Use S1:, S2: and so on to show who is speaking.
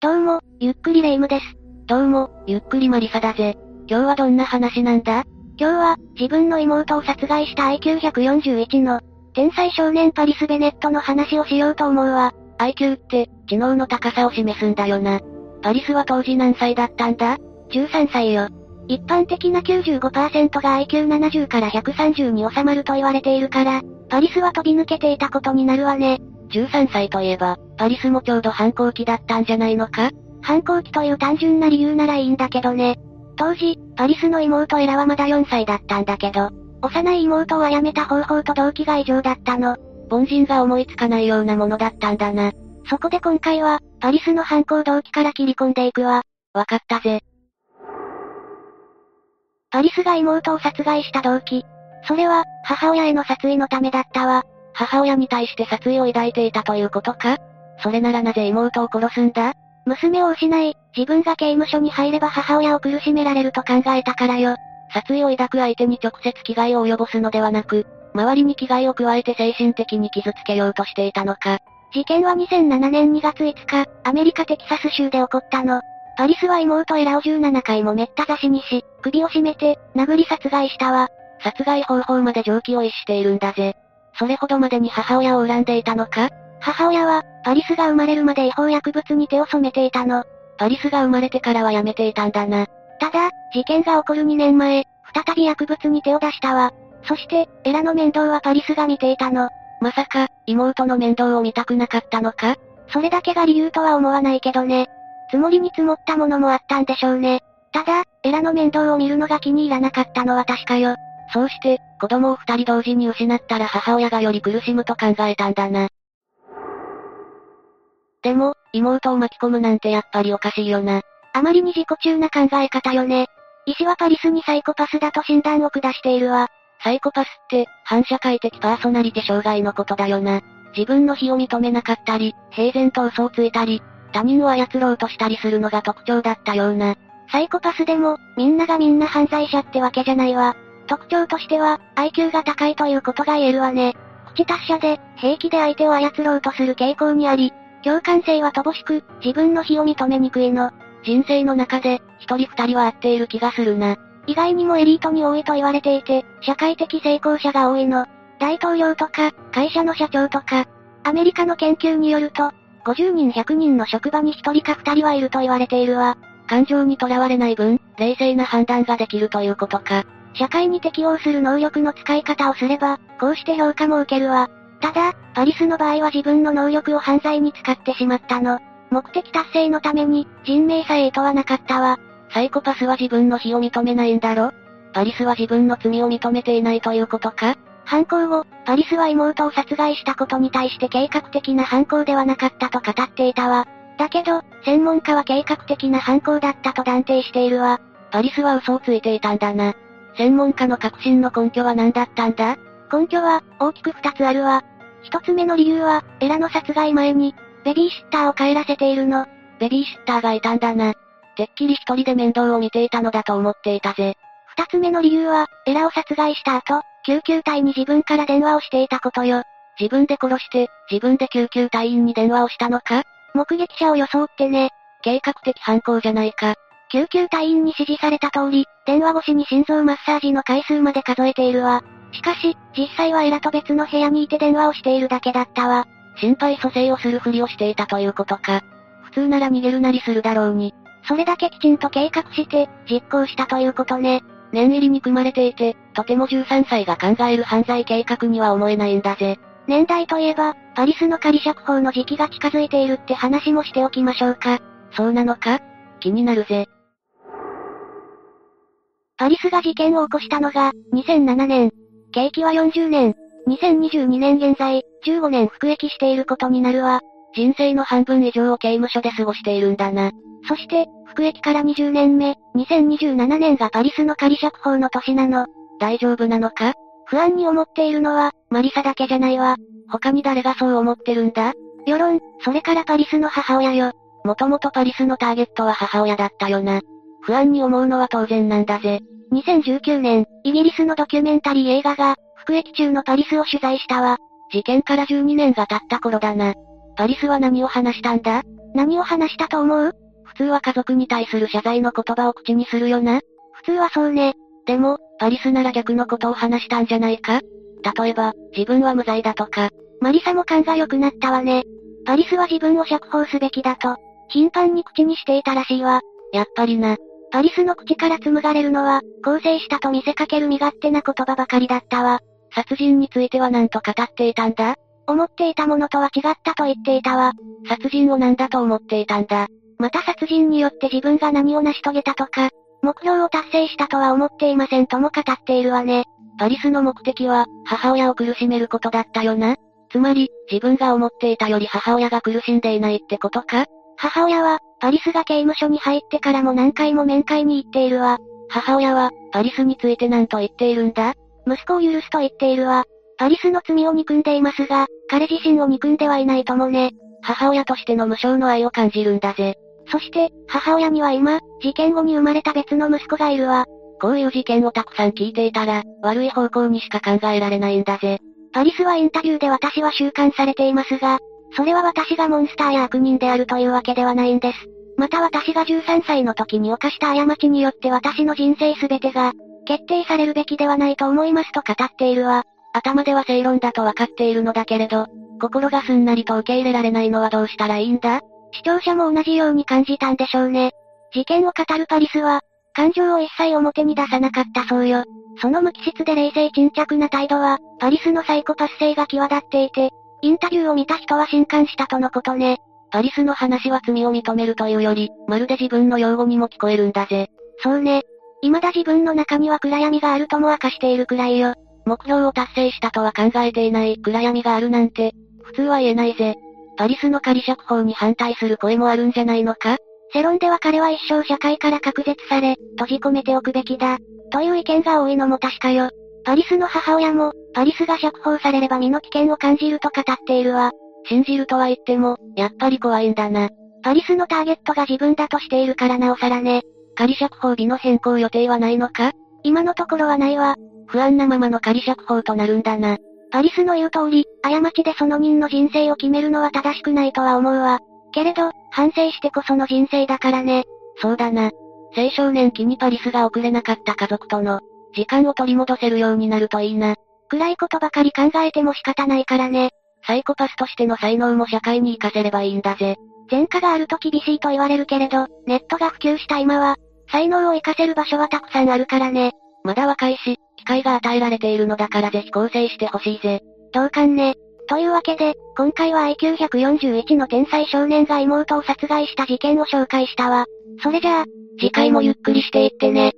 S1: どうも、ゆっくりレ夢ムです。
S2: どうも、ゆっくりマリサだぜ。今日はどんな話なんだ
S1: 今日は、自分の妹を殺害した IQ141 の、天才少年パリス・ベネットの話をしようと思うわ。
S2: ?IQ って、知能の高さを示すんだよな。パリスは当時何歳だったんだ
S1: ?13 歳よ。一般的な95%が IQ70 から130に収まると言われているから、パリスは飛び抜けていたことになるわね。
S2: ?13 歳といえば、パリスもちょうど反抗期だったんじゃないのか
S1: 反抗期という単純な理由ならいいんだけどね。当時、パリスの妹エラはまだ4歳だったんだけど、幼い妹を殺めた方法と動機が異常だったの。
S2: 凡人が思いつかないようなものだったんだな。
S1: そこで今回は、パリスの犯行動機から切り込んでいくわ。
S2: わかったぜ。
S1: パリスが妹を殺害した動機。それは、母親への殺意のためだったわ。
S2: 母親に対して殺意を抱いていたということかそれならなぜ妹を殺すんだ
S1: 娘を失い、自分が刑務所に入れば母親を苦しめられると考えたからよ。
S2: 殺意を抱く相手に直接危害を及ぼすのではなく、周りに危害を加えて精神的に傷つけようとしていたのか。
S1: 事件は2007年2月5日、アメリカテキサス州で起こったの。パリスは妹エラを17回もめった刺しにし、首を絞めて、殴り殺害したわ。
S2: 殺害方法まで常軌を逸しているんだぜ。それほどまでに母親を恨んでいたのか
S1: 母親は、パリスが生まれるまで違法薬物に手を染めていたの。
S2: パリスが生まれてからはやめていたんだな。
S1: ただ、事件が起こる2年前、再び薬物に手を出したわ。そして、エラの面倒はパリスが見ていたの。
S2: まさか、妹の面倒を見たくなかったのか
S1: それだけが理由とは思わないけどね。積もりに積もったものもあったんでしょうね。ただ、エラの面倒を見るのが気に入らなかったのは確かよ。
S2: そうして、子供を二人同時に失ったら母親がより苦しむと考えたんだな。でも、妹を巻き込むなんてやっぱりおかしいよな。
S1: あまりに自己中な考え方よね。医師はパリスにサイコパスだと診断を下しているわ。
S2: サイコパスって、反社会的パーソナリティ障害のことだよな。自分の非を認めなかったり、平然と嘘をついたり、他人を操ろうとしたりするのが特徴だったような。
S1: サイコパスでも、みんながみんな犯罪者ってわけじゃないわ。特徴としては、IQ が高いということが言えるわね。口達者で、平気で相手を操ろうとする傾向にあり、共感性は乏しく、自分の非を認めにくいの。
S2: 人生の中で、一人二人は合っている気がするな。
S1: 意外にもエリートに多いと言われていて、社会的成功者が多いの。大統領とか、会社の社長とか。アメリカの研究によると、50人100人の職場に1人か2人はいると言われているわ。
S2: 感情にとらわれない分、冷静な判断ができるということか。
S1: 社会に適応する能力の使い方をすれば、こうして評価も受けるわ。ただ、パリスの場合は自分の能力を犯罪に使ってしまったの。目的達成のために、人命さえ意図はなかったわ。
S2: サイコパスは自分の非を認めないんだろパリスは自分の罪を認めていないということか
S1: 犯行後、パリスは妹を殺害したことに対して計画的な犯行ではなかったと語っていたわ。だけど、専門家は計画的な犯行だったと断定しているわ。
S2: パリスは嘘をついていたんだな。専門家の確信の根拠は何だったんだ
S1: 根拠は、大きく二つあるわ。一つ目の理由は、エラの殺害前に、ベビーシッターを帰らせているの。
S2: ベビーシッターがいたんだな。てっきり一人で面倒を見ていたのだと思っていたぜ。
S1: 二つ目の理由は、エラを殺害した後、救急隊に自分から電話をしていたことよ。
S2: 自分で殺して、自分で救急隊員に電話をしたのか
S1: 目撃者を装ってね、
S2: 計画的犯行じゃないか。
S1: 救急隊員に指示された通り、電話越しに心臓マッサージの回数まで数えているわ。しかし、実際はエラと別の部屋にいて電話をしているだけだったわ。
S2: 心肺蘇生をするふりをしていたということか。普通なら逃げるなりするだろうに。
S1: それだけきちんと計画して、実行したということね。
S2: 念入りに組まれていて、とても13歳が考える犯罪計画には思えないんだぜ。
S1: 年代といえば、パリスの仮釈放の時期が近づいているって話もしておきましょうか。
S2: そうなのか気になるぜ。
S1: パリスが事件を起こしたのが、2007年。刑期は40年。2022年現在、15年服役していることになるわ。
S2: 人生の半分以上を刑務所で過ごしているんだな。
S1: そして、服役から20年目、2027年がパリスの仮釈放の年なの。
S2: 大丈夫なのか
S1: 不安に思っているのは、マリサだけじゃないわ。
S2: 他に誰がそう思ってるんだ
S1: 世論、それからパリスの母親よ。
S2: もともとパリスのターゲットは母親だったよな。不安に思うのは当然なんだぜ。
S1: 2019年、イギリスのドキュメンタリー映画が、服役中のパリスを取材したわ。
S2: 事件から12年が経った頃だな。パリスは何を話したんだ
S1: 何を話したと思う
S2: 普通は家族に対する謝罪の言葉を口にするよな。
S1: 普通はそうね。
S2: でも、パリスなら逆のことを話したんじゃないか例えば、自分は無罪だとか。
S1: マリサも勘が良くなったわね。パリスは自分を釈放すべきだと、頻繁に口にしていたらしいわ。
S2: やっぱりな。
S1: パリスの口から紡がれるのは、構成したと見せかける身勝手な言葉ばかりだったわ。
S2: 殺人については何と語っていたんだ
S1: 思っていたものとは違ったと言っていたわ。
S2: 殺人を何だと思っていたんだ。
S1: また殺人によって自分が何を成し遂げたとか、目標を達成したとは思っていませんとも語っているわね。
S2: パリスの目的は、母親を苦しめることだったよな。つまり、自分が思っていたより母親が苦しんでいないってことか
S1: 母親は、パリスが刑務所に入ってからも何回も面会に行っているわ。
S2: 母親は、パリスについて何と言っているんだ
S1: 息子を許すと言っているわ。パリスの罪を憎んでいますが、彼自身を憎んではいないともね。
S2: 母親としての無償の愛を感じるんだぜ。
S1: そして、母親には今、事件後に生まれた別の息子がいるわ。
S2: こういう事件をたくさん聞いていたら、悪い方向にしか考えられないんだぜ。
S1: パリスはインタビューで私は収監されていますが、それは私がモンスターや悪人であるというわけではないんです。また私が13歳の時に犯した過ちによって私の人生すべてが、決定されるべきではないと思いますと語っているわ。
S2: 頭では正論だとわかっているのだけれど、心がすんなりと受け入れられないのはどうしたらいいんだ
S1: 視聴者も同じように感じたんでしょうね。事件を語るパリスは、感情を一切表に出さなかったそうよ。その無機質で冷静沈着な態度は、パリスのサイコパス性が際立っていて、インタビューを見た人は震撼したとのことね。
S2: パリスの話は罪を認めるというより、まるで自分の用語にも聞こえるんだぜ。
S1: そうね。未だ自分の中には暗闇があるとも明かしているくらいよ。
S2: 目標を達成したとは考えていない暗闇があるなんて、普通は言えないぜ。パリスの仮釈放に反対する声もあるんじゃないのか
S1: 世論では彼は一生社会から隔絶され、閉じ込めておくべきだ。という意見が多いのも確かよ。パリスの母親も、パリスが釈放されれば身の危険を感じると語っているわ。
S2: 信じるとは言っても、やっぱり怖いんだな。
S1: パリスのターゲットが自分だとしているからなおさらね。
S2: 仮釈放日の変更予定はないのか
S1: 今のところはないわ。
S2: 不安なままの仮釈放となるんだな。
S1: パリスの言う通り、過ちでその人の人生を決めるのは正しくないとは思うわ。けれど、反省してこその人生だからね。
S2: そうだな。青少年期にパリスが遅れなかった家族との、時間を取り戻せるようになるといいな。
S1: 暗いことばかり考えても仕方ないからね。
S2: サイコパスとしての才能も社会に活かせればいいんだぜ。
S1: 前科があると厳しいと言われるけれど、ネットが普及した今は、才能を活かせる場所はたくさんあるからね。
S2: まだ若いし、機会が与えられているのだからぜひ構成してほしいぜ。
S1: 同感ね。というわけで、今回は IQ141 の天才少年が妹を殺害した事件を紹介したわ。それじゃあ、
S2: 次回もゆっくりしていってね。